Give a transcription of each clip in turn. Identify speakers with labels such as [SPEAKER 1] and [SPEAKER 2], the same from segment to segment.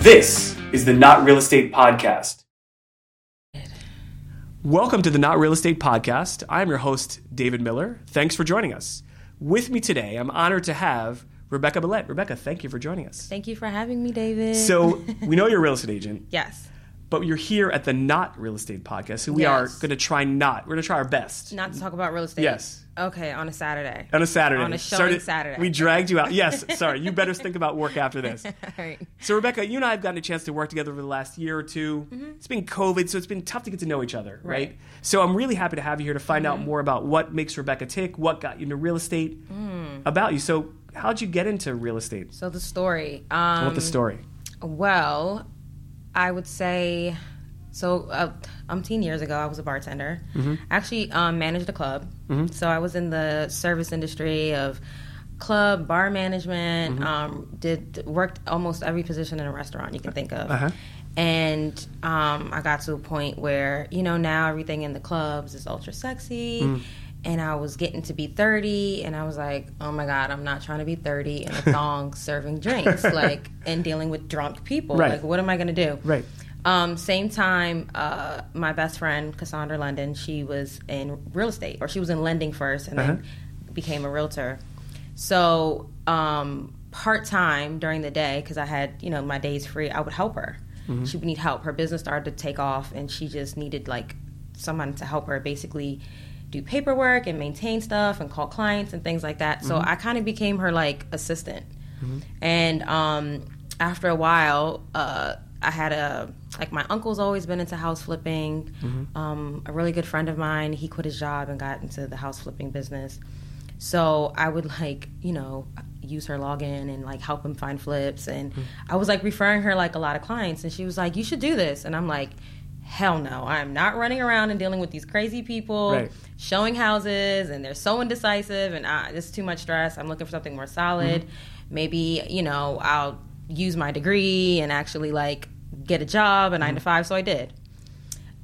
[SPEAKER 1] This is the Not Real Estate Podcast. Welcome to the Not Real Estate Podcast. I'm your host, David Miller. Thanks for joining us. With me today, I'm honored to have Rebecca Millette. Rebecca, thank you for joining us.
[SPEAKER 2] Thank you for having me, David.
[SPEAKER 1] So, we know you're a real estate agent,
[SPEAKER 2] yes,
[SPEAKER 1] but you're here at the Not Real Estate Podcast. So, we are
[SPEAKER 2] Yes.
[SPEAKER 1] going to try not, we're going to try our best.
[SPEAKER 2] not to talk about real estate.
[SPEAKER 1] Yes.
[SPEAKER 2] Okay, on a Saturday.
[SPEAKER 1] On a Saturday.
[SPEAKER 2] On a showing Saturday.
[SPEAKER 1] We dragged you out. Yes, sorry. You better think about work after this.
[SPEAKER 2] All right.
[SPEAKER 1] So Rebecca, you and I have gotten a chance to work together over the last year or 2 it It's been COVID, so it's been tough to get to know each other, right?
[SPEAKER 2] Mm-hmm. Right. Mm-hmm.
[SPEAKER 1] So I'm really happy to have you here to find out more about what makes Rebecca tick, what got you into real estate,
[SPEAKER 2] Mm.
[SPEAKER 1] about you. So how'd you get into real estate?
[SPEAKER 2] So the story.
[SPEAKER 1] What
[SPEAKER 2] Um,
[SPEAKER 1] the story?
[SPEAKER 2] well, I would say so. Uh, umpteen years ago, I was a bartender.
[SPEAKER 1] Mm-hmm.
[SPEAKER 2] I actually um, managed a club, so I was in the service industry of club bar management.
[SPEAKER 1] Mm-hmm.
[SPEAKER 2] Um, did worked almost every position in a restaurant you can think of.
[SPEAKER 1] Uh-huh.
[SPEAKER 2] And um, I got to a point where, you know, now everything in the clubs is ultra sexy.
[SPEAKER 1] Mm-hmm.
[SPEAKER 2] And I was getting to be 30, and I was like, oh my God, I'm not trying to be 30 in a thong serving drinks, like, and dealing with drunk people.
[SPEAKER 1] Right.
[SPEAKER 2] Like, what am I going to do?
[SPEAKER 1] Right.
[SPEAKER 2] Um, same time, uh, my best friend, Cassandra London, she was in real estate, or she was in lending first and then became a realtor. So, um, part time during the day, because I had, you know, my days free, I would help her. She would need help. Her business started to take off, and she just needed, like, someone to help her basically do paperwork and maintain stuff and call clients and things like that. So, I kind of became her, like, assistant and um, after a while uh, i had a like my uncle's always been into house flipping um, a really good friend of mine he quit his job and got into the house flipping business so i would like you know use her login and like help him find flips and i was like referring her like a lot of clients and she was like you should do this and i'm like hell no i'm not running around and dealing with these crazy people
[SPEAKER 1] Right.
[SPEAKER 2] showing houses and they're so indecisive and uh, this is too much stress. I'm looking for something more solid. Maybe, you know, I'll use my degree and actually like get a job, a nine to five. So I did.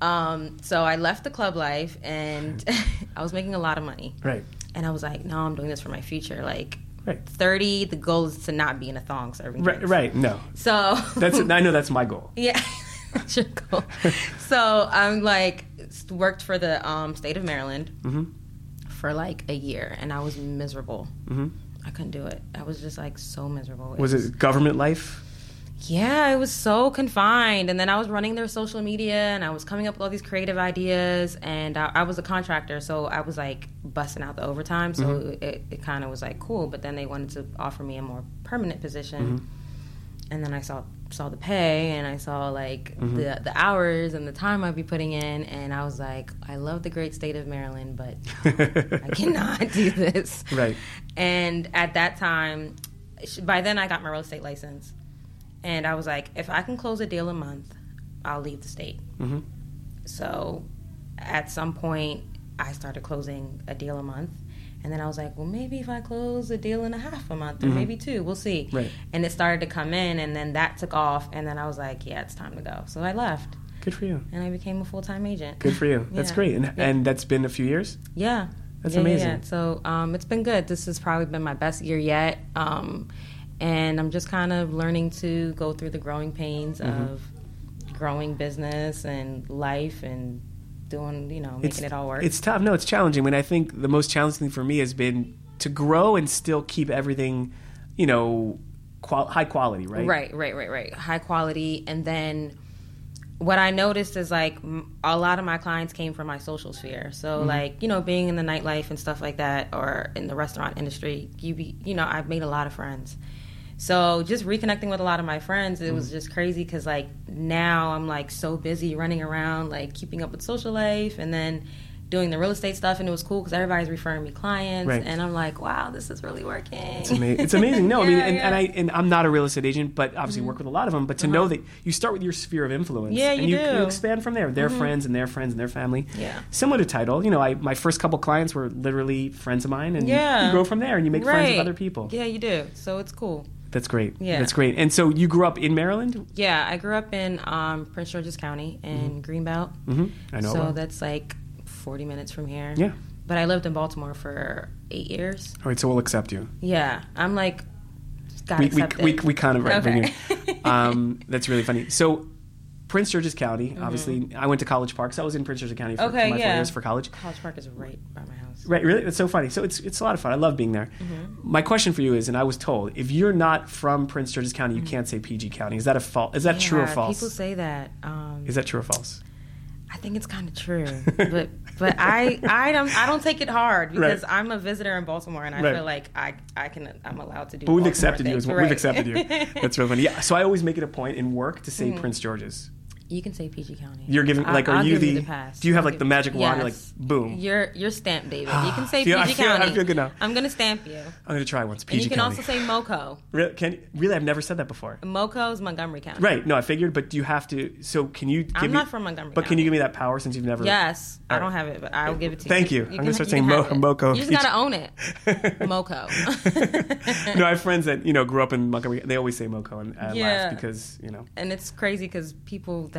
[SPEAKER 2] Um, so I left the club life and I was making a lot of money.
[SPEAKER 1] Right.
[SPEAKER 2] And I was like, no, I'm doing this for my future. Like,
[SPEAKER 1] Right.
[SPEAKER 2] 30, the goal is to not be in a thong serving.
[SPEAKER 1] Right.
[SPEAKER 2] drinks.
[SPEAKER 1] Right. No.
[SPEAKER 2] So
[SPEAKER 1] That's I know that's my goal.
[SPEAKER 2] yeah. That's your goal. so I'm like s- worked for the um, state of Maryland
[SPEAKER 1] Mm-hmm.
[SPEAKER 2] for like a year, and I was miserable. I couldn't do it. I was just like so miserable.
[SPEAKER 1] Was it government life?
[SPEAKER 2] Yeah, it was so confined. And then I was running their social media and I was coming up with all these creative ideas. And I, I was a contractor, so I was like busting out the overtime. So it, it kind of was like cool. But then they wanted to offer me a more permanent position. And then I saw saw the pay and I saw like the the hours and the time I'd be putting in. And I was like, I love the great state of Maryland, but I cannot do this.
[SPEAKER 1] Right.
[SPEAKER 2] And at that time, sh- by then I got my real estate license, and I was like, if I can close a deal a month, I'll leave the state.
[SPEAKER 1] Mm-hmm.
[SPEAKER 2] So, at some point, I started closing a deal a month, and then I was like, well, maybe if I close a deal and a half a month, or maybe two, we'll see.
[SPEAKER 1] Mm-hmm. Right.
[SPEAKER 2] And it started to come in, and then that took off, and then I was like, yeah, it's time to go. So I left,
[SPEAKER 1] Good for you.
[SPEAKER 2] and I became a full time agent.
[SPEAKER 1] Good for you. That's
[SPEAKER 2] Yeah.
[SPEAKER 1] great. And and that's been a few years.
[SPEAKER 2] Yeah.
[SPEAKER 1] That's
[SPEAKER 2] Yeah, yeah,
[SPEAKER 1] amazing.
[SPEAKER 2] yeah. So um, it's been good. This has probably been my best year yet. Um, and I'm just kind of learning to go through the growing pains
[SPEAKER 1] Mm-hmm.
[SPEAKER 2] of growing business and life and doing, you know, making it all work.
[SPEAKER 1] It's tough. No, it's challenging. I mean, I think the most challenging thing for me has been to grow and still keep everything, you know, qual- high quality, right?
[SPEAKER 2] Right, right, right, right. High quality. And then what I noticed is like m- a lot of my clients came from my social sphere. So
[SPEAKER 1] Mm-hmm.
[SPEAKER 2] like, you know, being in the nightlife and stuff like that or in the restaurant industry, you be, you know, I've made a lot of friends. So just reconnecting with a lot of my friends, it
[SPEAKER 1] Mm-hmm.
[SPEAKER 2] was just crazy cuz like now I'm like so busy running around like keeping up with social life and then doing the real estate stuff and it was cool cuz everybody's referring me clients
[SPEAKER 1] Right.
[SPEAKER 2] and I'm like, wow, this is really working. It's
[SPEAKER 1] Ama- It's amazing. No, I mean, and, and I and I'm not a real estate agent, but obviously work with a lot of them. But to know that you start with your sphere of influence,
[SPEAKER 2] Mm-hmm. Uh-huh. Yeah,
[SPEAKER 1] and
[SPEAKER 2] you do. Mm-hmm.
[SPEAKER 1] expand from there. Their friends and their friends and their family.
[SPEAKER 2] Yeah.
[SPEAKER 1] Similar to title, you know, I my first couple clients were literally friends of mine, and you- you,
[SPEAKER 2] Yeah.
[SPEAKER 1] grow from there, and you make friends with
[SPEAKER 2] Right.
[SPEAKER 1] other people.
[SPEAKER 2] Yeah, you do. So it's cool.
[SPEAKER 1] That's great.
[SPEAKER 2] Yeah.
[SPEAKER 1] that's great. And so you grew up in Maryland.
[SPEAKER 2] Yeah, I grew up in um, Prince George's County in Greenbelt.
[SPEAKER 1] Mm-hmm. I know. it
[SPEAKER 2] so
[SPEAKER 1] well.
[SPEAKER 2] that's like 40 minutes from here.
[SPEAKER 1] Yeah.
[SPEAKER 2] But I lived in Baltimore for eight years.
[SPEAKER 1] All right, so we'll accept you.
[SPEAKER 2] Yeah, I'm like, got
[SPEAKER 1] we, we,
[SPEAKER 2] accepted.
[SPEAKER 1] we, we kind of right, bring
[SPEAKER 2] Okay.
[SPEAKER 1] you. um, that's really funny. So, Prince George's County, obviously, I went to College Park, so I was in Prince George's County for, for
[SPEAKER 2] Mm-hmm. Okay,
[SPEAKER 1] my four
[SPEAKER 2] yeah.
[SPEAKER 1] years for college.
[SPEAKER 2] College Park is right by my house.
[SPEAKER 1] Right, really? That's so funny. So it's it's a lot of fun. I love being there.
[SPEAKER 2] Mm-hmm.
[SPEAKER 1] My question for you is, and I was told, if you're not from Prince George's County, you can't say PG County. Is that a fault? Is that true or
[SPEAKER 2] Mm. Yeah,
[SPEAKER 1] false?
[SPEAKER 2] People say that. Um,
[SPEAKER 1] Is that true or false?
[SPEAKER 2] I think it's kind of true, but but I I don't I don't take it hard because I'm a visitor in Baltimore and I
[SPEAKER 1] Right.
[SPEAKER 2] feel like I I can I'm allowed to do.
[SPEAKER 1] But we've
[SPEAKER 2] Baltimore
[SPEAKER 1] accepted you
[SPEAKER 2] things.
[SPEAKER 1] as well. We've
[SPEAKER 2] Right.
[SPEAKER 1] accepted you. That's really funny. Yeah. So I always make it a point in work to say Prince George's.
[SPEAKER 2] you can say PG County.
[SPEAKER 1] You're giving
[SPEAKER 2] I-
[SPEAKER 1] like, are
[SPEAKER 2] Mm-hmm. I'll
[SPEAKER 1] you the?
[SPEAKER 2] give pass.
[SPEAKER 1] Do you have
[SPEAKER 2] I'll
[SPEAKER 1] like
[SPEAKER 2] give
[SPEAKER 1] the magic wand? You're like,
[SPEAKER 2] Yes.
[SPEAKER 1] boom.
[SPEAKER 2] You're you're stamped, David. You can
[SPEAKER 1] I
[SPEAKER 2] say
[SPEAKER 1] feel-
[SPEAKER 2] PG
[SPEAKER 1] I feel- I
[SPEAKER 2] County.
[SPEAKER 1] feel good now.
[SPEAKER 2] I'm gonna stamp you.
[SPEAKER 1] I'm gonna try once.
[SPEAKER 2] And
[SPEAKER 1] PG
[SPEAKER 2] you can
[SPEAKER 1] County.
[SPEAKER 2] also say MoCo.
[SPEAKER 1] Really, can, really, I've never said that before.
[SPEAKER 2] MoCo is Montgomery County.
[SPEAKER 1] Right. No, I figured, but do you have to? So can you? Give
[SPEAKER 2] I'm
[SPEAKER 1] me,
[SPEAKER 2] not from Montgomery
[SPEAKER 1] But can
[SPEAKER 2] County.
[SPEAKER 1] you give me that power since you've never?
[SPEAKER 2] Yes, I
[SPEAKER 1] All
[SPEAKER 2] don't
[SPEAKER 1] right.
[SPEAKER 2] have it, but I'll give it to you.
[SPEAKER 1] Thank you. I'm
[SPEAKER 2] can-
[SPEAKER 1] gonna start
[SPEAKER 2] you can
[SPEAKER 1] saying
[SPEAKER 2] have
[SPEAKER 1] Mo-
[SPEAKER 2] it.
[SPEAKER 1] MoCo.
[SPEAKER 2] You just gotta own it. MoCo.
[SPEAKER 1] no, I have friends that you know grew up in Montgomery. They always say Moco, and I
[SPEAKER 2] Yeah.
[SPEAKER 1] laugh because you know.
[SPEAKER 2] and it's crazy because people that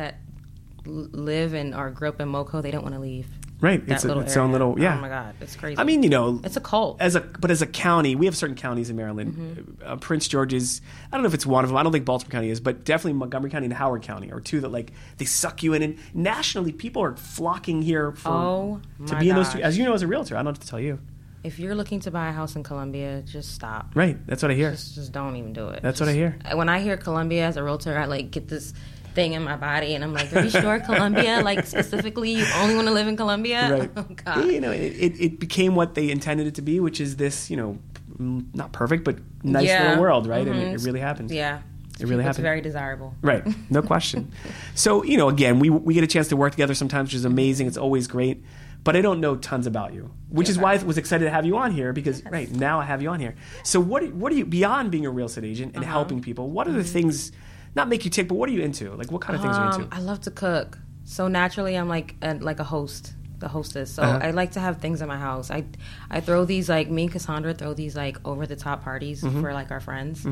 [SPEAKER 2] l- live and are grew up in MoCo, they don't want to leave
[SPEAKER 1] Right,
[SPEAKER 2] that
[SPEAKER 1] it's
[SPEAKER 2] little
[SPEAKER 1] a, its own
[SPEAKER 2] area.
[SPEAKER 1] little yeah.
[SPEAKER 2] Oh my god, it's crazy.
[SPEAKER 1] I mean, eh, you know,
[SPEAKER 2] it's a cult.
[SPEAKER 1] as a but as a county, we have certain counties in Maryland.
[SPEAKER 2] Mm-hmm.
[SPEAKER 1] Uh, Prince George's, I don't know if it's one of them. I don't think Baltimore County is, but definitely Montgomery County and Howard County are two that like they suck you in. And nationally, people are flocking here for
[SPEAKER 2] Oh,
[SPEAKER 1] to
[SPEAKER 2] my
[SPEAKER 1] be in those. Two,
[SPEAKER 2] gosh.
[SPEAKER 1] as you know, as a realtor, I don't have to tell you.
[SPEAKER 2] if you're looking to buy a house in Columbia, just stop.
[SPEAKER 1] Right, that's what I hear.
[SPEAKER 2] Just, just don't even do it.
[SPEAKER 1] That's what I hear.
[SPEAKER 2] When I hear Columbia as a realtor, I like get this thing in my body, and I'm like, "Are you sure Columbia? Like specifically, you only want to live in Columbia?
[SPEAKER 1] right.
[SPEAKER 2] Oh God,
[SPEAKER 1] You know, it, it, it became what they intended it to be, which is this, you know, mm, not perfect, but nice
[SPEAKER 2] Yeah. Mm-hmm.
[SPEAKER 1] little world, right? And it, it really happened.
[SPEAKER 2] yeah,
[SPEAKER 1] It really
[SPEAKER 2] It's
[SPEAKER 1] happened.
[SPEAKER 2] very desirable.
[SPEAKER 1] Right, no question. so, you know, again, we, we get a chance to work together sometimes, which is amazing. It's always great. But I don't know tons about you, which is why I was excited to have you on here because, right, now I have you on here. So, what, do- what are you, beyond being a real estate agent
[SPEAKER 2] Uh-huh.
[SPEAKER 1] and helping people, what are the things, not make you tick, but what are you into? Like, what kind of things are you
[SPEAKER 2] Mm-hmm. Um,
[SPEAKER 1] into?
[SPEAKER 2] I love to cook, so naturally I'm like a, like a host, the hostess. So
[SPEAKER 1] Uh-huh.
[SPEAKER 2] I like to have things in my house. I I throw these like me and Cassandra throw these like over the top parties
[SPEAKER 1] Mm-hmm.
[SPEAKER 2] for like our friends,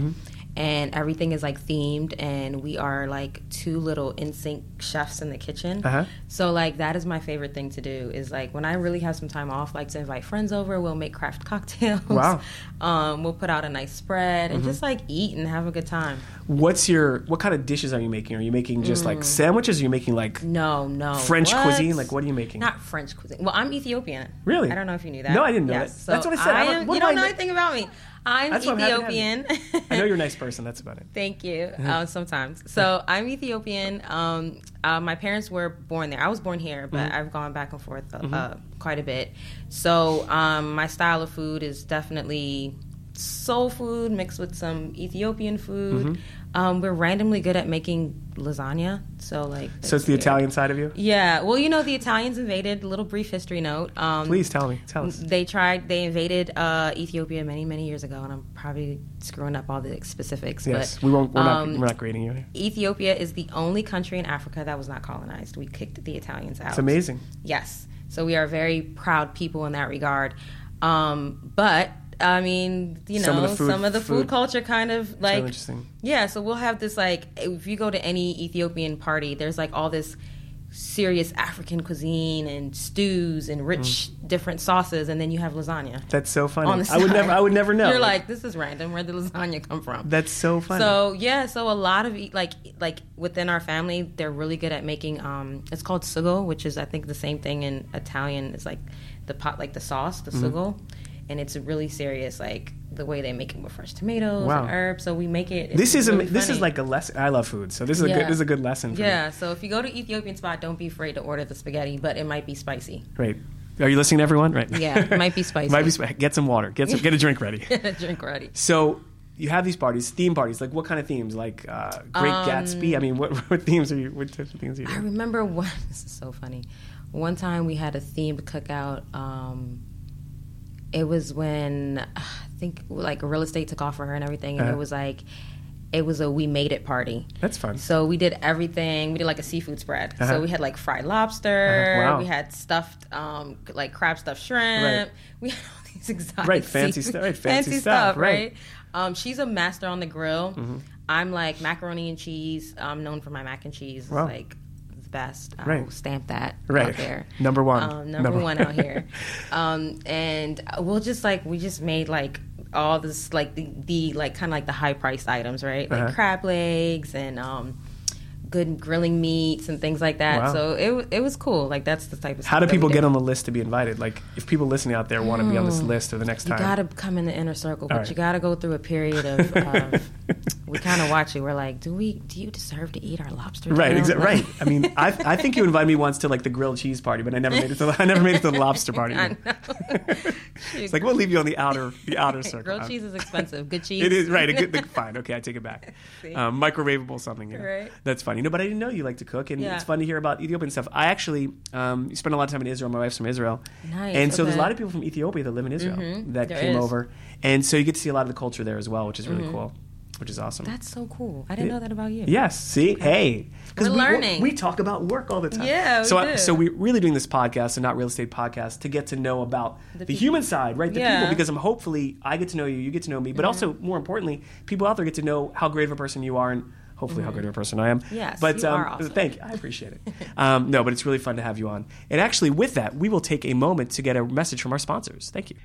[SPEAKER 2] and everything is like themed, and we are like two little in sync chefs in the kitchen.
[SPEAKER 1] Uh-huh.
[SPEAKER 2] So like that is my favorite thing to do is like when I really have some time off, like to invite friends over. We'll make craft cocktails.
[SPEAKER 1] Wow. Mm-hmm.
[SPEAKER 2] Um, we'll put out a nice spread and just like eat and have a good time.
[SPEAKER 1] What's your, what kind of dishes are you making? Are you making just like sandwiches? Are you making like
[SPEAKER 2] No, no.
[SPEAKER 1] French
[SPEAKER 2] Mm. Oh, What?
[SPEAKER 1] cuisine? Like, what are you making?
[SPEAKER 2] Not French cuisine. Well, I'm Ethiopian.
[SPEAKER 1] Really?
[SPEAKER 2] I don't know if you knew that.
[SPEAKER 1] No, I didn't know that. That's what I said. I don't-
[SPEAKER 2] am-
[SPEAKER 1] what
[SPEAKER 2] you
[SPEAKER 1] do I
[SPEAKER 2] don't know
[SPEAKER 1] kn-
[SPEAKER 2] anything about me. I'm
[SPEAKER 1] That's why I'm happy to have you.
[SPEAKER 2] Ethiopian.
[SPEAKER 1] I know you're a nice person. That's about it.
[SPEAKER 2] Thank you. Uh, sometimes. So I'm Ethiopian. Um, uh, my parents were born there. I was born here,
[SPEAKER 1] Mm-hmm.
[SPEAKER 2] but I've gone back and forth uh, uh, quite a bit. So um, my style of food is definitely soul food mixed with some Ethiopian food.
[SPEAKER 1] Mm-hmm.
[SPEAKER 2] Um, we're randomly good at making lasagna. So like.
[SPEAKER 1] So it's the
[SPEAKER 2] that's Mm. weird.
[SPEAKER 1] Italian side of you.
[SPEAKER 2] Yeah, well, you know the Italians invaded. Little brief history note. Um,
[SPEAKER 1] Please tell me. Tell us.
[SPEAKER 2] They tried. They invaded uh, Ethiopia many, many years ago, and I'm probably screwing up all the specifics.
[SPEAKER 1] Yes,
[SPEAKER 2] but,
[SPEAKER 1] we won't. We're
[SPEAKER 2] um,
[SPEAKER 1] not. We're not grading you. here.
[SPEAKER 2] Ethiopia is the only country in Africa that was not colonized. We kicked the Italians out.
[SPEAKER 1] It's amazing.
[SPEAKER 2] Yes. So we are a very proud people in that regard. Um, but I mean, you know,
[SPEAKER 1] Some
[SPEAKER 2] some
[SPEAKER 1] of
[SPEAKER 2] of
[SPEAKER 1] the food-
[SPEAKER 2] the food,
[SPEAKER 1] food-
[SPEAKER 2] culture kind of
[SPEAKER 1] Really
[SPEAKER 2] like
[SPEAKER 1] interesting.
[SPEAKER 2] yeah, so we'll have this like if you go to any Ethiopian party, there's like all this serious African cuisine and stews and rich different sauces, and then you have lasagna.
[SPEAKER 1] That's so funny.
[SPEAKER 2] On the
[SPEAKER 1] Mm. I would
[SPEAKER 2] side.
[SPEAKER 1] never. I would never know.
[SPEAKER 2] You're like, this is random. Where did the lasagna come from?
[SPEAKER 1] That's so funny.
[SPEAKER 2] So yeah, so a lot of e- like like within our family, they're really good at making. Um, it's called sugo, which is I think the same thing in Italian. It's like the pot, like the sauce,
[SPEAKER 1] Mm-hmm.
[SPEAKER 2] the sugo, and it's really serious. Like the way they make it with fresh tomatoes
[SPEAKER 1] Wow.
[SPEAKER 2] and herbs. So we make it.
[SPEAKER 1] this
[SPEAKER 2] it's
[SPEAKER 1] is
[SPEAKER 2] really
[SPEAKER 1] a, this is
[SPEAKER 2] funny.
[SPEAKER 1] like a lesson. I love food, so this is a good
[SPEAKER 2] Yeah.
[SPEAKER 1] this is a good lesson. For
[SPEAKER 2] Yeah, so if you go to Ethiopian spot, don't be afraid to order the spaghetti, but it might be spicy.
[SPEAKER 1] me. Right. Are you listening, to everyone? Right.
[SPEAKER 2] Yeah, it might be spicy.
[SPEAKER 1] might be spicy. Get some water. Get some, get a drink ready.
[SPEAKER 2] Drink ready.
[SPEAKER 1] So you have these parties, theme parties. Like what kind of themes? Like uh, Great
[SPEAKER 2] Um,
[SPEAKER 1] Gatsby. I mean, what, what themes are you? What types of things are you?
[SPEAKER 2] I
[SPEAKER 1] Doing?
[SPEAKER 2] remember one. This is so funny. One time we had a themed cookout. Um, it was when I think like real estate took off for her and everything, and
[SPEAKER 1] Uh-huh.
[SPEAKER 2] it was like it was a we made it party.
[SPEAKER 1] That's fun.
[SPEAKER 2] So we did everything. We did like a seafood spread.
[SPEAKER 1] Uh-huh.
[SPEAKER 2] So we had like fried lobster.
[SPEAKER 1] Uh-huh. Wow.
[SPEAKER 2] We had stuffed um, like crab stuffed
[SPEAKER 1] Right.
[SPEAKER 2] shrimp. We had all these exotic
[SPEAKER 1] Right, fancy
[SPEAKER 2] seafood-
[SPEAKER 1] stuff- right, fancy stuff, right. Mm-hmm.
[SPEAKER 2] Um, she's a master on the grill. I'm like macaroni and cheese. I'm known for my mac and cheese. It's
[SPEAKER 1] Wow.
[SPEAKER 2] like the best. I
[SPEAKER 1] Right.
[SPEAKER 2] will stamp that
[SPEAKER 1] Right.
[SPEAKER 2] out there.
[SPEAKER 1] Number one.
[SPEAKER 2] Um, number
[SPEAKER 1] Number-
[SPEAKER 2] uh, one out here. um, and we'll just like we just made like all this like the, the like kind of like the high priced items, right? Like
[SPEAKER 1] Uh-huh.
[SPEAKER 2] crab legs and um, good grilling meats and things like that.
[SPEAKER 1] Wow.
[SPEAKER 2] So it wa- it was cool. Like that's the type of.
[SPEAKER 1] How do
[SPEAKER 2] stuff that we
[SPEAKER 1] people
[SPEAKER 2] did.
[SPEAKER 1] get on the list to be invited? Like, if people listening out there want to be on this list for the next
[SPEAKER 2] Oh, You
[SPEAKER 1] time,
[SPEAKER 2] gotta come in the inner circle, but
[SPEAKER 1] right.
[SPEAKER 2] you gotta go through a period of. of um, we kind of watch you. We're like, do we? Do you deserve to eat our lobster?
[SPEAKER 1] right,
[SPEAKER 2] tails?
[SPEAKER 1] exactly.
[SPEAKER 2] Like-
[SPEAKER 1] Right. I mean, I, I think you invited me once to like the grilled cheese party, but I never made it to the, I never made it to the lobster party.
[SPEAKER 2] I know.
[SPEAKER 1] it's like we'll leave you on the outer the outer circle.
[SPEAKER 2] Grilled cheese is expensive. Good cheese.
[SPEAKER 1] It is right. A good, the, fine. Okay, I take it back.
[SPEAKER 2] See?
[SPEAKER 1] Um, microwavable something. You know.
[SPEAKER 2] Right.
[SPEAKER 1] That's funny. No, but I didn't know you like to cook, and
[SPEAKER 2] Yeah.
[SPEAKER 1] it's fun to hear about Ethiopian stuff. I actually um, spent a lot of time in Israel. My wife's from Israel,
[SPEAKER 2] Nice,
[SPEAKER 1] and so there's a
[SPEAKER 2] okay. Mm-hmm.
[SPEAKER 1] lot of people from Ethiopia that live in Israel that
[SPEAKER 2] there
[SPEAKER 1] came
[SPEAKER 2] is. Mm-hmm.
[SPEAKER 1] over, and so you get to see a lot of the culture there as well, which is really cool, which is awesome.
[SPEAKER 2] That's so cool. I didn't know that about you.
[SPEAKER 1] Yes. See, hey, 'Cause
[SPEAKER 2] We're
[SPEAKER 1] we-
[SPEAKER 2] learning.
[SPEAKER 1] We, talk about work all the time.
[SPEAKER 2] Yeah, we
[SPEAKER 1] so I,
[SPEAKER 2] do.
[SPEAKER 1] so we're really doing this podcast and not real estate podcast to get to know about the,
[SPEAKER 2] people.
[SPEAKER 1] human side, right? The people,
[SPEAKER 2] Yeah. Mm-hmm.
[SPEAKER 1] because I'm hopefully I get to know you, you get to know me, but also more importantly, people out there get to know how great of a person you are and. Hopefully,
[SPEAKER 2] Mm-hmm.
[SPEAKER 1] how great of a person I am.
[SPEAKER 2] Yes,
[SPEAKER 1] but
[SPEAKER 2] you
[SPEAKER 1] um,
[SPEAKER 2] are awesome.
[SPEAKER 1] thank you, I appreciate it. um, no, but it's really fun to have you on. And actually, with that, we will take a moment to get a message from our sponsors. Thank you.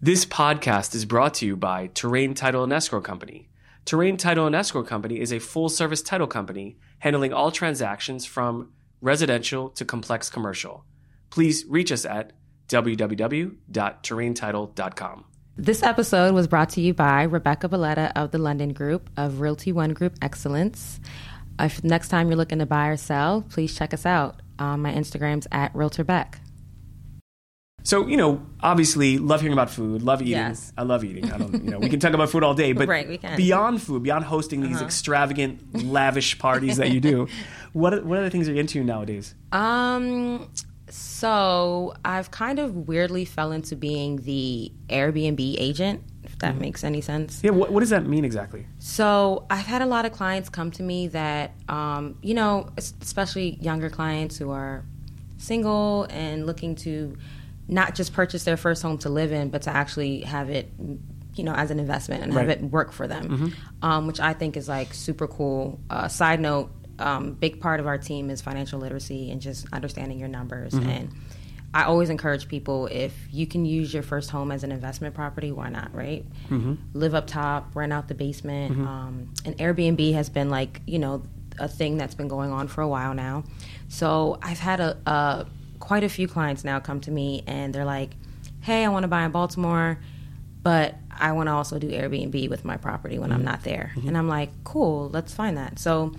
[SPEAKER 1] This podcast is brought to you by Terrain Title and Escrow Company. Terrain Title and Escrow Company is a full service title company handling all transactions from residential to complex commercial. Please reach us at www.terraintitle.com.
[SPEAKER 2] This episode was brought to you by Rebecca Belletta of the London Group of Realty One Group Excellence. If next time you're looking to buy or sell, please check us out. Um, my Instagram's at RealtorBeck.
[SPEAKER 1] So, you know, obviously love hearing about food, love eating.
[SPEAKER 2] Yes.
[SPEAKER 1] I love eating. I don't, you know, we can talk about food all day, but
[SPEAKER 2] Right, we can. Uh-huh.
[SPEAKER 1] beyond food, beyond hosting these extravagant, lavish parties that you do, what are, what are the things you're into nowadays?
[SPEAKER 2] Um, so I've kind of weirdly fell into being the Airbnb agent, if that makes any sense.
[SPEAKER 1] Yeah, what, what does that mean exactly?
[SPEAKER 2] So I've had a lot of clients come to me that, um, you know, es- especially younger clients who are single and looking to not just purchase their first home to live in, but to actually have it, you know, as an investment and have
[SPEAKER 1] Right.
[SPEAKER 2] it work for them, um, which I think is like super cool. Uh, side note, um, big part of our team is financial literacy and just understanding your numbers and. I always encourage people if you can use your first home as an investment property, why not, right? Live up top, rent out the basement. Um, and Airbnb has been like, you know, a thing that's been going on for a while now. So I've had a, a quite a few clients now come to me and they're like, hey, I want to buy in Baltimore, but I want to also do Airbnb with my property when I'm not there. And I'm like, cool, let's find that. So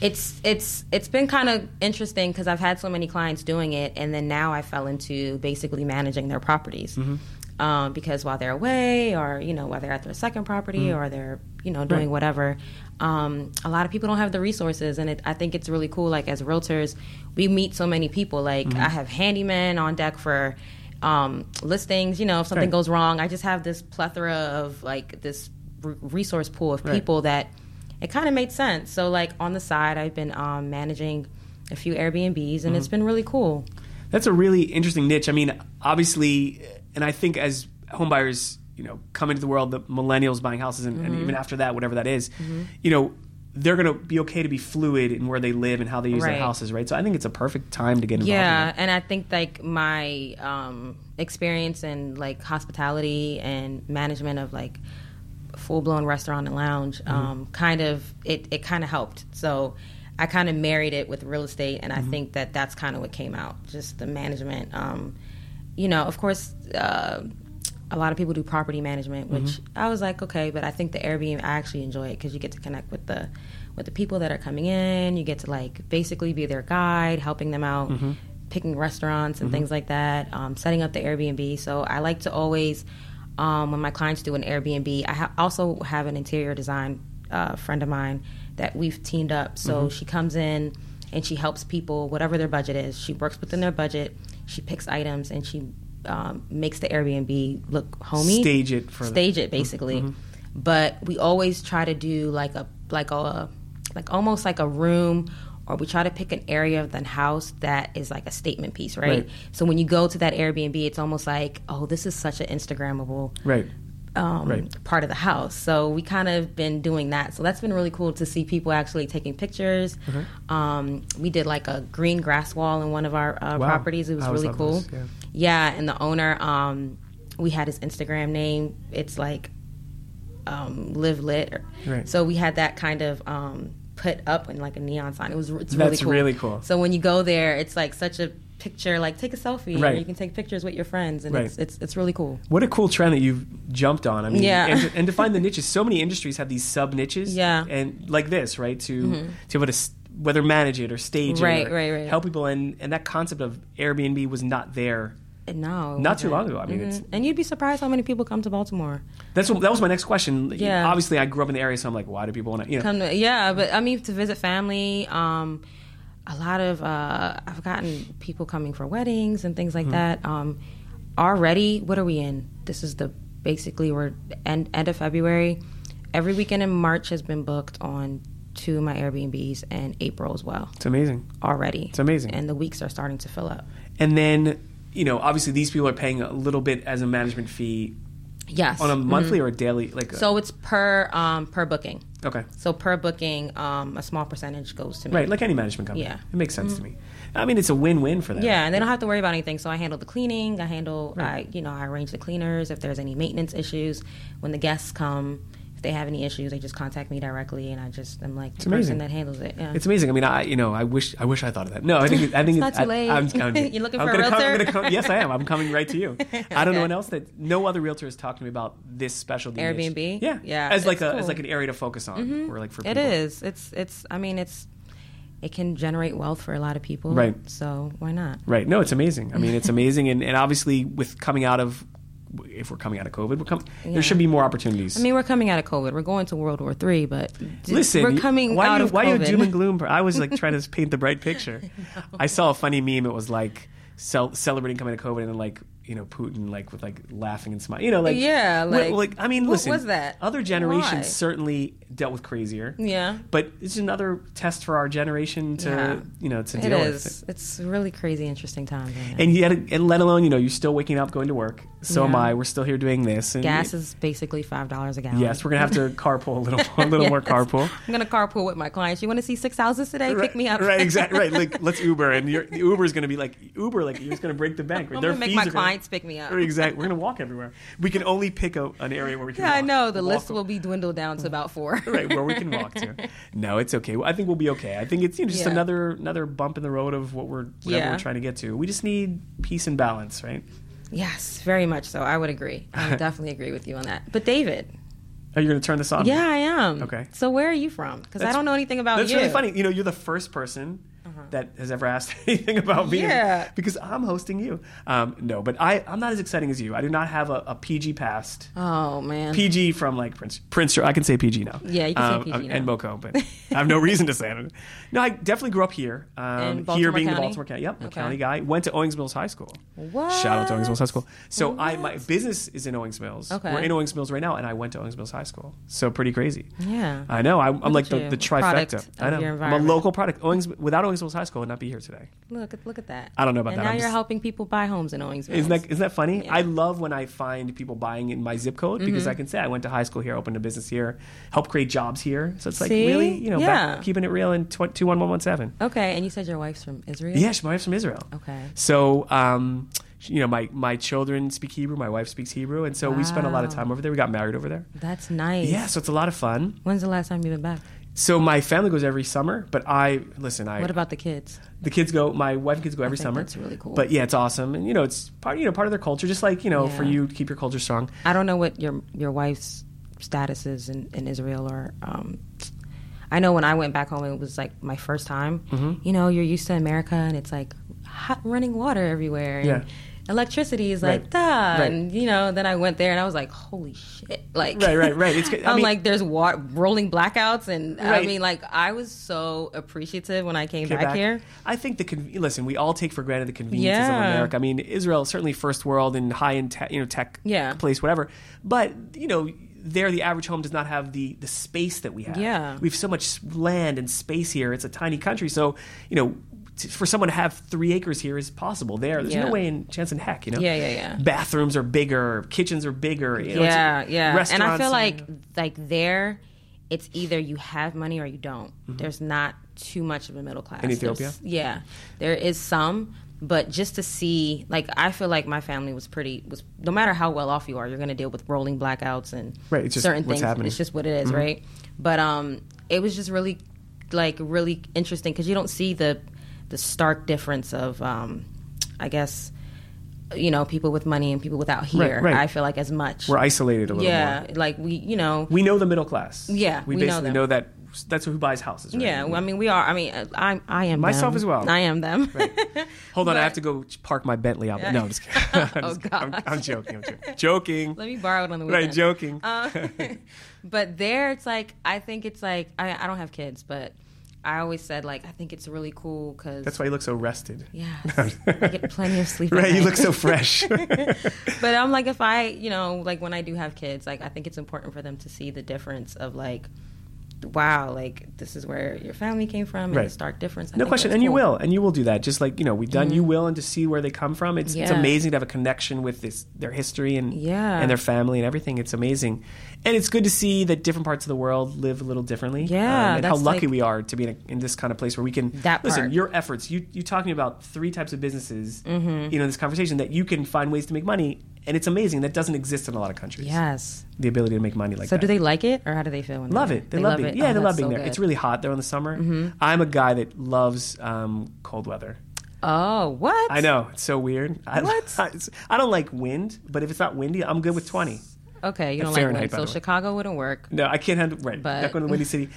[SPEAKER 2] it's it's it's been kind of interesting because I've had so many clients doing it, and then now I fell into basically managing their properties. Um, because while they're away, or you know, while they're at their second property, or they're you know doing whatever, um, a lot of people don't have the resources, and it, I think it's really cool. Like as realtors, we meet so many people. Like I have handymen on deck for um, listings. You know, if something
[SPEAKER 1] Right.
[SPEAKER 2] goes wrong, I just have this plethora of like this r- resource pool of people that it kind of made sense. So like on the side, I've been um, managing a few Airbnbs, and it's been really cool.
[SPEAKER 1] That's a really interesting niche. I mean, obviously, and I think as homebuyers, you know, come into the world, the millennials buying houses, and, and even
[SPEAKER 2] Mm-hmm.
[SPEAKER 1] after that, whatever that is, you know, they're going to be okay to be fluid in where they live and how they use their
[SPEAKER 2] Right.
[SPEAKER 1] houses, right? So I think it's a perfect time to get involved.
[SPEAKER 2] Yeah, and I think like my um, experience in like hospitality and management of like full blown restaurant and lounge um, kind of it it kind of helped. So I kind of married it with real estate, and I think that that's kind of what came out, just the management. Um, you know, of course. Uh, a lot of people do property management, which I was like, okay, but I think the Airbnb I actually enjoy it because you get to connect with the with the people that are coming in. You get to like basically be their guide, helping them out, picking restaurants and things like that, um, setting up the Airbnb. So I like to always um, when my clients do an Airbnb, I ha- also have an interior design uh, friend of mine that we've teamed up. So she comes in and she helps people, whatever their budget is. She works within their budget. She picks items and she um, makes the Airbnb look homey.
[SPEAKER 1] Stage it for the, Mm-hmm.
[SPEAKER 2] Stage it basically. But we always try to do like a like a like almost like a room or we try to pick an area of the house that is like a statement piece, right?
[SPEAKER 1] Right.
[SPEAKER 2] So when you go to that Airbnb, it's almost like, oh, this is such an Instagrammable
[SPEAKER 1] right.
[SPEAKER 2] um,
[SPEAKER 1] Right.
[SPEAKER 2] part of the house. So we kind of been doing that. So that's been really cool to see people actually taking pictures.
[SPEAKER 1] Mm-hmm.
[SPEAKER 2] Um, we did like a green grass wall in one of our uh,
[SPEAKER 1] Wow.
[SPEAKER 2] properties. It was
[SPEAKER 1] I always
[SPEAKER 2] really
[SPEAKER 1] love
[SPEAKER 2] cool.
[SPEAKER 1] those, yeah.
[SPEAKER 2] yeah. and the owner, um, we had his Instagram name. It's like um, live lit. or-
[SPEAKER 1] Right.
[SPEAKER 2] So we had that kind of um, put up in like a neon sign. It was it's really
[SPEAKER 1] That's
[SPEAKER 2] cool.
[SPEAKER 1] really cool.
[SPEAKER 2] So when you go there, it's like such a picture. Like take a selfie.
[SPEAKER 1] Right.
[SPEAKER 2] Or you can take pictures with your friends, and
[SPEAKER 1] Right.
[SPEAKER 2] it's, it's it's really cool.
[SPEAKER 1] What a cool trend that you've jumped on. I mean,
[SPEAKER 2] Yeah.
[SPEAKER 1] and, to, and to find the niches. So many industries have these sub niches.
[SPEAKER 2] Yeah. Mm-hmm.
[SPEAKER 1] And like this, right? To to be able to s- whether manage it or stage
[SPEAKER 2] Right,
[SPEAKER 1] it, or
[SPEAKER 2] right, right.
[SPEAKER 1] Help people, and and that concept of Airbnb was not there
[SPEAKER 2] And No,
[SPEAKER 1] not too
[SPEAKER 2] wasn't.
[SPEAKER 1] long ago. I mean, it's
[SPEAKER 2] Mm-hmm. And you'd be surprised how many people come to Baltimore.
[SPEAKER 1] that's what, that was my next question.
[SPEAKER 2] Mm-hmm. Yeah.
[SPEAKER 1] Obviously, I grew up in the area, so I'm like, why do people want to? You know,
[SPEAKER 2] Come to, yeah, but I mean to visit family. Um, a lot of uh, I've gotten people coming for weddings and things like that. Um, already, what are we in? This is the basically we're end end of February. Every weekend in March has been booked on two of my Airbnbs and April as well
[SPEAKER 1] it's amazing.
[SPEAKER 2] already. It's
[SPEAKER 1] amazing.
[SPEAKER 2] and the weeks are starting to fill up.
[SPEAKER 1] And then you know, obviously, these people are paying a little bit as a management fee
[SPEAKER 2] Yes.
[SPEAKER 1] on a monthly or a daily, like a-
[SPEAKER 2] Mm-hmm. so it's per um, per booking.
[SPEAKER 1] okay,
[SPEAKER 2] So per booking, um, a small percentage goes to me.
[SPEAKER 1] right, like any management company.
[SPEAKER 2] Yeah. Mm-hmm.
[SPEAKER 1] it makes sense to me. I mean, it's a win-win for them.
[SPEAKER 2] Yeah, and they don't have to worry about anything. So I handle the cleaning. I handle, I you know, I arrange the cleaners if there's any maintenance issues. When the guests come, if they have any issues, they just contact me directly, and I just am like the
[SPEAKER 1] amazing.
[SPEAKER 2] person that handles it. Yeah.
[SPEAKER 1] It's amazing. I mean, I you know, I wish I wish I thought of that. No, I think I think
[SPEAKER 2] It's not too
[SPEAKER 1] I,
[SPEAKER 2] late.
[SPEAKER 1] I'm coming.
[SPEAKER 2] You're looking
[SPEAKER 1] I'm
[SPEAKER 2] for a
[SPEAKER 1] gonna come- I'm
[SPEAKER 2] realtor?
[SPEAKER 1] gonna come- yes, I am. I'm coming right to you. I don't know
[SPEAKER 2] Okay.
[SPEAKER 1] one else that no other realtor has talked to me about this specialty niche.
[SPEAKER 2] Airbnb?
[SPEAKER 1] Yeah,
[SPEAKER 2] Yeah,
[SPEAKER 1] As like
[SPEAKER 2] it's
[SPEAKER 1] a as
[SPEAKER 2] cool. Mm-hmm.
[SPEAKER 1] like an area to focus on, or like for
[SPEAKER 2] it
[SPEAKER 1] people.
[SPEAKER 2] is. It's it's. I mean, it's it can generate wealth for a lot of people.
[SPEAKER 1] Right.
[SPEAKER 2] So why not?
[SPEAKER 1] Right. No, it's amazing. I mean, it's amazing, and, and obviously with coming out of if we're coming out of COVID, we're com-
[SPEAKER 2] Yeah.
[SPEAKER 1] there should be more opportunities.
[SPEAKER 2] I mean, we're coming out of COVID. We're going to World War Three, but d-
[SPEAKER 1] Listen,
[SPEAKER 2] we're coming
[SPEAKER 1] why
[SPEAKER 2] out
[SPEAKER 1] you,
[SPEAKER 2] of
[SPEAKER 1] why
[SPEAKER 2] COVID.
[SPEAKER 1] you doom and gloom? I was like trying to paint the bright picture. I saw a funny meme. It was like cel- celebrating coming to COVID, and then like you know Putin like with like laughing and smiling. You know, like
[SPEAKER 2] Yeah,
[SPEAKER 1] wh-
[SPEAKER 2] like,
[SPEAKER 1] like I mean,
[SPEAKER 2] what
[SPEAKER 1] listen,
[SPEAKER 2] was that?
[SPEAKER 1] Other generations
[SPEAKER 2] Why?
[SPEAKER 1] certainly dealt with crazier.
[SPEAKER 2] Yeah.
[SPEAKER 1] but it's another test for our generation to
[SPEAKER 2] Yeah.
[SPEAKER 1] you know to
[SPEAKER 2] It
[SPEAKER 1] deal
[SPEAKER 2] is.
[SPEAKER 1] with.
[SPEAKER 2] It's a really crazy, interesting time. right now.
[SPEAKER 1] And yet, and let alone you know you're still waking up going to work. So am
[SPEAKER 2] Yeah.
[SPEAKER 1] I. We're still here doing this. And
[SPEAKER 2] Gas is basically five dollars a gallon.
[SPEAKER 1] Yes, we're gonna have to carpool a little, a little more
[SPEAKER 2] Yes.
[SPEAKER 1] carpool.
[SPEAKER 2] I'm gonna carpool with my clients. You want to see six houses today? Pick me up.
[SPEAKER 1] Right, exactly. Right, like let's Uber, and your, the Uber is going to be like Uber, like you're just going to break the bank.
[SPEAKER 2] I'm
[SPEAKER 1] Their
[SPEAKER 2] gonna make
[SPEAKER 1] fees
[SPEAKER 2] my
[SPEAKER 1] are
[SPEAKER 2] clients pick me up.
[SPEAKER 1] Gonna, exactly. We're going to walk everywhere. We can only pick a, an area where we can.
[SPEAKER 2] Yeah, I
[SPEAKER 1] walk-
[SPEAKER 2] know. The
[SPEAKER 1] walk
[SPEAKER 2] list will be dwindled down to about four.
[SPEAKER 1] Right where we can walk to. No, it's okay. Well, I think we'll be okay. I think it's you know, just
[SPEAKER 2] Yeah.
[SPEAKER 1] another another bump in the road of what we're whatever
[SPEAKER 2] Yeah.
[SPEAKER 1] we're trying to get to. We just need peace and balance, right?
[SPEAKER 2] Yes, very much so. I would agree. I would definitely agree with you on that. But David,
[SPEAKER 1] Are you going to turn this on?
[SPEAKER 2] yeah, I am.
[SPEAKER 1] Okay.
[SPEAKER 2] So where are you from? Because I
[SPEAKER 1] That's-
[SPEAKER 2] don't know anything about
[SPEAKER 1] That's
[SPEAKER 2] you.
[SPEAKER 1] really funny. You know, you're the first person that has ever asked anything about me.
[SPEAKER 2] Uh-huh. Yeah.
[SPEAKER 1] Because I'm hosting you. Um, no, but I, I'm not as exciting as you. I do not have a, a PG past.
[SPEAKER 2] Oh man.
[SPEAKER 1] PG from like Prince Prince. I can say PG now. Um,
[SPEAKER 2] Yeah, you can say PG
[SPEAKER 1] And
[SPEAKER 2] now.
[SPEAKER 1] Moco, but I have no reason to say it. No, I definitely grew up here. Um, here
[SPEAKER 2] Baltimore
[SPEAKER 1] being the
[SPEAKER 2] County?
[SPEAKER 1] Baltimore County. Yep, I'm a
[SPEAKER 2] Okay.
[SPEAKER 1] county guy. Went to Owings Mills High School.
[SPEAKER 2] What?
[SPEAKER 1] Shout out to Owings Mills High School. So I my business is in Owings Mills.
[SPEAKER 2] Okay.
[SPEAKER 1] We're in Owings Mills right now, and I went to Owings Mills High School. So pretty crazy.
[SPEAKER 2] Yeah.
[SPEAKER 1] I know. I, I'm like
[SPEAKER 2] at
[SPEAKER 1] the,
[SPEAKER 2] you,
[SPEAKER 1] the
[SPEAKER 2] a product
[SPEAKER 1] trifecta.
[SPEAKER 2] of
[SPEAKER 1] I know.
[SPEAKER 2] your
[SPEAKER 1] I'm a
[SPEAKER 2] environment.
[SPEAKER 1] local product. Owings without Owings Mills High School, I would not be here today.
[SPEAKER 2] Look at look at that.
[SPEAKER 1] I don't know about
[SPEAKER 2] and
[SPEAKER 1] that.
[SPEAKER 2] Now
[SPEAKER 1] I'm
[SPEAKER 2] you're
[SPEAKER 1] just-
[SPEAKER 2] helping people buy homes in Owings.
[SPEAKER 1] Isn't that isn't that funny?
[SPEAKER 2] Yeah. Mm-hmm.
[SPEAKER 1] I love when I find people buying in my zip code because I can say I went to high school here, opened a business here, helped create jobs here. So it's like
[SPEAKER 2] See?
[SPEAKER 1] really, you know,
[SPEAKER 2] Yeah.
[SPEAKER 1] back, keeping it real in tw- two one one one seven.
[SPEAKER 2] okay? And you said your wife's from Israel.
[SPEAKER 1] Yeah, she- my wife's from Israel.
[SPEAKER 2] Okay.
[SPEAKER 1] So, um, sh- you know, my my children speak Hebrew, my wife speaks Hebrew, and so we spent a lot of
[SPEAKER 2] Wow.
[SPEAKER 1] time over there. We got married over there.
[SPEAKER 2] That's nice.
[SPEAKER 1] Yeah, so it's a lot of fun.
[SPEAKER 2] When's the last time you've been back?
[SPEAKER 1] So my family goes every summer, but I listen. I
[SPEAKER 2] What about the kids?
[SPEAKER 1] the kids go my wife and kids go every
[SPEAKER 2] think
[SPEAKER 1] summer
[SPEAKER 2] that's really cool.
[SPEAKER 1] but yeah it's awesome and you know it's part you know part of their culture just like you know for
[SPEAKER 2] Yeah.
[SPEAKER 1] you to keep your culture strong
[SPEAKER 2] I don't know what your your wife's status is in, in Israel or um, I know when I went back home it was like my first time.
[SPEAKER 1] Mm-hmm.
[SPEAKER 2] You know, you're used to America and it's like hot running water everywhere and
[SPEAKER 1] Yeah.
[SPEAKER 2] electricity is like
[SPEAKER 1] Right.
[SPEAKER 2] duh
[SPEAKER 1] Right.
[SPEAKER 2] and you know, then I went there and I was like, Holy shit like
[SPEAKER 1] Right, right, right. It's- I
[SPEAKER 2] I am
[SPEAKER 1] mean-
[SPEAKER 2] like there's wa- rolling blackouts and I
[SPEAKER 1] Right.
[SPEAKER 2] mean like I was so appreciative when I came
[SPEAKER 1] Get
[SPEAKER 2] back, here.
[SPEAKER 1] I think the con- listen, we all take for granted the conveniences
[SPEAKER 2] Yeah.
[SPEAKER 1] of America. I mean, Israel certainly first world and high end, te- you know, tech
[SPEAKER 2] Yeah.
[SPEAKER 1] place, whatever. But you know, there the average home does not have the the space that we have.
[SPEAKER 2] Yeah.
[SPEAKER 1] we have so much land and space here. It's a tiny country, so you know. t- For someone to have three acres here is possible. There, there's
[SPEAKER 2] Yeah.
[SPEAKER 1] no way in chance in heck, you know.
[SPEAKER 2] Yeah, yeah, yeah.
[SPEAKER 1] Bathrooms are bigger, kitchens are bigger. You know, it's-
[SPEAKER 2] yeah, yeah. And I
[SPEAKER 1] restaurants and-
[SPEAKER 2] feel like like there it's either you have money or you don't. There's not too much of a middle class.
[SPEAKER 1] Mm-hmm. In
[SPEAKER 2] There's-
[SPEAKER 1] Ethiopia?
[SPEAKER 2] yeah, there is some, but just to see, like, I feel like my family was pretty was no matter how well off you are, you're going to deal with rolling blackouts and
[SPEAKER 1] Right, it's just
[SPEAKER 2] certain
[SPEAKER 1] what's
[SPEAKER 2] things.
[SPEAKER 1] happening. Mm-hmm.
[SPEAKER 2] It's just what it is, right? But um, it was just really, like, really interesting because you don't see the the stark difference of, um, I guess, you know, people with money and people without here.
[SPEAKER 1] right.
[SPEAKER 2] I feel like as much.
[SPEAKER 1] We're isolated a little
[SPEAKER 2] yeah,
[SPEAKER 1] more.
[SPEAKER 2] like we, you know,
[SPEAKER 1] We know the middle class.
[SPEAKER 2] Yeah,
[SPEAKER 1] we,
[SPEAKER 2] we know
[SPEAKER 1] basically
[SPEAKER 2] them.
[SPEAKER 1] know, that that's who buys houses. Right?
[SPEAKER 2] yeah. well, I mean, we are. I mean, uh, I, I am
[SPEAKER 1] Myself
[SPEAKER 2] them.
[SPEAKER 1] as well.
[SPEAKER 2] I am them.
[SPEAKER 1] Hold on, I
[SPEAKER 2] But-
[SPEAKER 1] have to go park my Bentley out. there. No, I'm just kidding. I'm,
[SPEAKER 2] Oh,
[SPEAKER 1] just kidding. I'm-
[SPEAKER 2] gosh.
[SPEAKER 1] I'm joking. I'm joking. joking.
[SPEAKER 2] Let me borrow it on the
[SPEAKER 1] right,
[SPEAKER 2] weekend.
[SPEAKER 1] joking.
[SPEAKER 2] Um, but there, it's like I think it's like I, I don't have kids, but I always said like I think it's really cool because
[SPEAKER 1] That's why you look so rested.
[SPEAKER 2] yeah, I get plenty of sleep. at
[SPEAKER 1] Right, you
[SPEAKER 2] night.
[SPEAKER 1] look so fresh.
[SPEAKER 2] but I'm like if I you know like when I do have kids, like I think it's important for them to see the difference of like. Wow, like this is where your family came from, and
[SPEAKER 1] Right.
[SPEAKER 2] the stark difference. I
[SPEAKER 1] No
[SPEAKER 2] think
[SPEAKER 1] question,
[SPEAKER 2] that's
[SPEAKER 1] and you
[SPEAKER 2] cool. Mm.
[SPEAKER 1] will, and you will do that. Just like you know, we've done. You will, and to see where they come from, it's it's
[SPEAKER 2] Yeah.
[SPEAKER 1] amazing to have a connection with this their history and
[SPEAKER 2] Yeah.
[SPEAKER 1] and their family and everything. It's amazing, and it's good to see that different parts of the world live a little differently. um,
[SPEAKER 2] Yeah,
[SPEAKER 1] and how
[SPEAKER 2] that's
[SPEAKER 1] lucky
[SPEAKER 2] like-
[SPEAKER 1] we are to be in, a, in this kind of place where we can
[SPEAKER 2] That
[SPEAKER 1] listen.
[SPEAKER 2] part.
[SPEAKER 1] Your efforts, you you talking about three types of businesses,
[SPEAKER 2] Mm-hmm.
[SPEAKER 1] you know, in this conversation that you can find ways to make money, and it's amazing. That doesn't exist in a lot of countries.
[SPEAKER 2] Yes.
[SPEAKER 1] the ability to make money like
[SPEAKER 2] So
[SPEAKER 1] that.
[SPEAKER 2] do they like it, or how do they feel? When
[SPEAKER 1] Love
[SPEAKER 2] they're
[SPEAKER 1] it. They,
[SPEAKER 2] there?
[SPEAKER 1] love, it. Yeah,
[SPEAKER 2] Oh,
[SPEAKER 1] they love
[SPEAKER 2] that's
[SPEAKER 1] being
[SPEAKER 2] so
[SPEAKER 1] there.
[SPEAKER 2] good. Mm-hmm.
[SPEAKER 1] It's really hot there in the summer. I'm a guy that loves um, cold weather.
[SPEAKER 2] Oh, what?
[SPEAKER 1] I know it's so weird. I,
[SPEAKER 2] What?
[SPEAKER 1] I, don't like wind, but if it's not windy, I'm good with 20.
[SPEAKER 2] Okay, you don't
[SPEAKER 1] Fahrenheit,
[SPEAKER 2] like
[SPEAKER 1] by
[SPEAKER 2] wind, so
[SPEAKER 1] the way.
[SPEAKER 2] Chicago wouldn't work.
[SPEAKER 1] No, I can't handle right.
[SPEAKER 2] But-
[SPEAKER 1] Not going to windy city,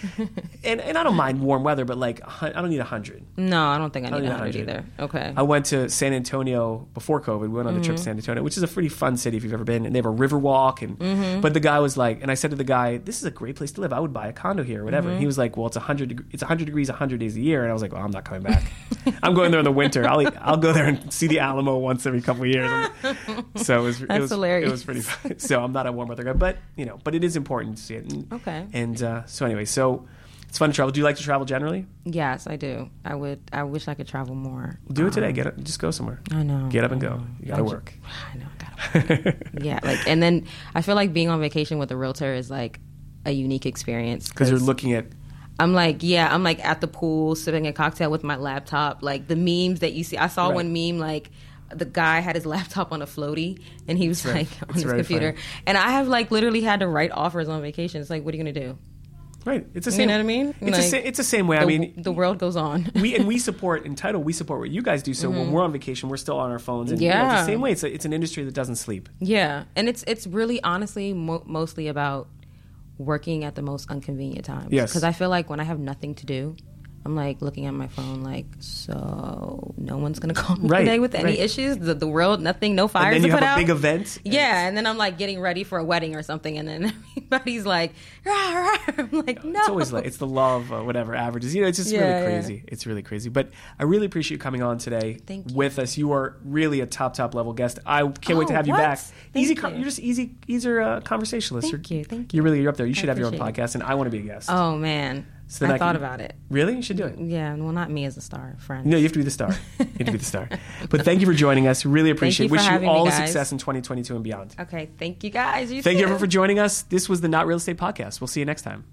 [SPEAKER 1] and and I don't mind warm weather, but like a hun- I don't need 100.
[SPEAKER 2] No, I don't think I
[SPEAKER 1] Only
[SPEAKER 2] need a hundred
[SPEAKER 1] 100.
[SPEAKER 2] either. Okay.
[SPEAKER 1] I went to San Antonio before COVID. We went on a
[SPEAKER 2] Mm-hmm.
[SPEAKER 1] trip to San Antonio, which is a pretty fun city if you've ever been. And they have a river walk. And
[SPEAKER 2] Mm-hmm.
[SPEAKER 1] but the guy was like, and I said to the guy, "This is a great place to live. I would buy a condo here or whatever."
[SPEAKER 2] Mm-hmm.
[SPEAKER 1] And he was like, "Well, it's hundred. Deg- it's hundred degrees, hundred days a year." And I was like, "Well, I'm not coming back. I'm going there in the winter. I'll e, I'll go there and see the Alamo once every couple of years." so it was it was
[SPEAKER 2] That's
[SPEAKER 1] It was
[SPEAKER 2] hilarious.
[SPEAKER 1] pretty fun. So I'm not a warm weather guy, but you know, but it is important to see it. And,
[SPEAKER 2] Okay.
[SPEAKER 1] And uh, so anyway, so. It's fun to travel. Do you like to travel generally?
[SPEAKER 2] yes, I do. I would. I wish I could travel more.
[SPEAKER 1] Do it today. Get up. Just go somewhere.
[SPEAKER 2] I know.
[SPEAKER 1] Get up and
[SPEAKER 2] I
[SPEAKER 1] go.
[SPEAKER 2] know.
[SPEAKER 1] You gotta
[SPEAKER 2] I ju-
[SPEAKER 1] work.
[SPEAKER 2] I know. I gotta work. yeah, like, and then I feel like being on vacation with a realtor is like a unique experience
[SPEAKER 1] because you're looking at
[SPEAKER 2] I'm like, yeah, I'm like at the pool sipping a cocktail with my laptop. Like the memes that you see. I saw
[SPEAKER 1] Right.
[SPEAKER 2] one meme like the guy had his laptop on a floaty and he was
[SPEAKER 1] very-
[SPEAKER 2] like on
[SPEAKER 1] it's
[SPEAKER 2] his
[SPEAKER 1] very
[SPEAKER 2] computer.
[SPEAKER 1] funny.
[SPEAKER 2] And I have like literally had to write offers on vacation. It's like, what are you gonna do?
[SPEAKER 1] right. It's the
[SPEAKER 2] You
[SPEAKER 1] same.
[SPEAKER 2] know what I mean?
[SPEAKER 1] It's the
[SPEAKER 2] Like,
[SPEAKER 1] same. It's the same way. I
[SPEAKER 2] The,
[SPEAKER 1] mean,
[SPEAKER 2] the world goes on.
[SPEAKER 1] we and we support entitled. We support what you guys do. So when we're on vacation, we're still on our phones. And, you know, it's
[SPEAKER 2] Mm-hmm. Yeah.
[SPEAKER 1] the same way. It's a, it's an industry that doesn't sleep.
[SPEAKER 2] yeah, and it's it's really honestly mo- mostly about working at the most inconvenient times.
[SPEAKER 1] Yes.
[SPEAKER 2] because I feel like when I have nothing to do. I'm like looking at my phone, like so. No one's gonna call me
[SPEAKER 1] Right,
[SPEAKER 2] today with any
[SPEAKER 1] right.
[SPEAKER 2] issues. The, the world, nothing, no fires
[SPEAKER 1] And then
[SPEAKER 2] to
[SPEAKER 1] you
[SPEAKER 2] put
[SPEAKER 1] have a
[SPEAKER 2] out.
[SPEAKER 1] big event.
[SPEAKER 2] Yeah, and then I'm like getting ready for a wedding or something, and then everybody's like, rah, rah. I'm like, no.
[SPEAKER 1] It's always like it's the love uh, whatever averages. You know, it's just
[SPEAKER 2] Yeah,
[SPEAKER 1] really
[SPEAKER 2] yeah.
[SPEAKER 1] crazy. It's really crazy. But I really appreciate you coming on today
[SPEAKER 2] Thank you.
[SPEAKER 1] with us. You are really a top top level guest. I can't wait to
[SPEAKER 2] Oh,
[SPEAKER 1] have you
[SPEAKER 2] what?
[SPEAKER 1] back.
[SPEAKER 2] Thank
[SPEAKER 1] easy, com-
[SPEAKER 2] you.
[SPEAKER 1] you're just easy, easier uh, conversationalist.
[SPEAKER 2] Thank
[SPEAKER 1] you're,
[SPEAKER 2] you, thank
[SPEAKER 1] You're really you're up there. You should have your own
[SPEAKER 2] appreciate
[SPEAKER 1] podcast, and I want to be a guest.
[SPEAKER 2] oh man,
[SPEAKER 1] So then
[SPEAKER 2] I,
[SPEAKER 1] I
[SPEAKER 2] thought
[SPEAKER 1] can-
[SPEAKER 2] about it.
[SPEAKER 1] Really, you should do it.
[SPEAKER 2] Yeah, well, not me as a star, friend.
[SPEAKER 1] No, you have to be the star. You have to be the star. But thank you for joining us. Really appreciate it.
[SPEAKER 2] you for
[SPEAKER 1] Wish you
[SPEAKER 2] having me,
[SPEAKER 1] all the
[SPEAKER 2] guys.
[SPEAKER 1] success in 2022 and beyond.
[SPEAKER 2] Okay, thank you guys. You
[SPEAKER 1] Thank you
[SPEAKER 2] too.
[SPEAKER 1] everyone for joining us. This was the Not Real Estate Podcast. We'll see you next time.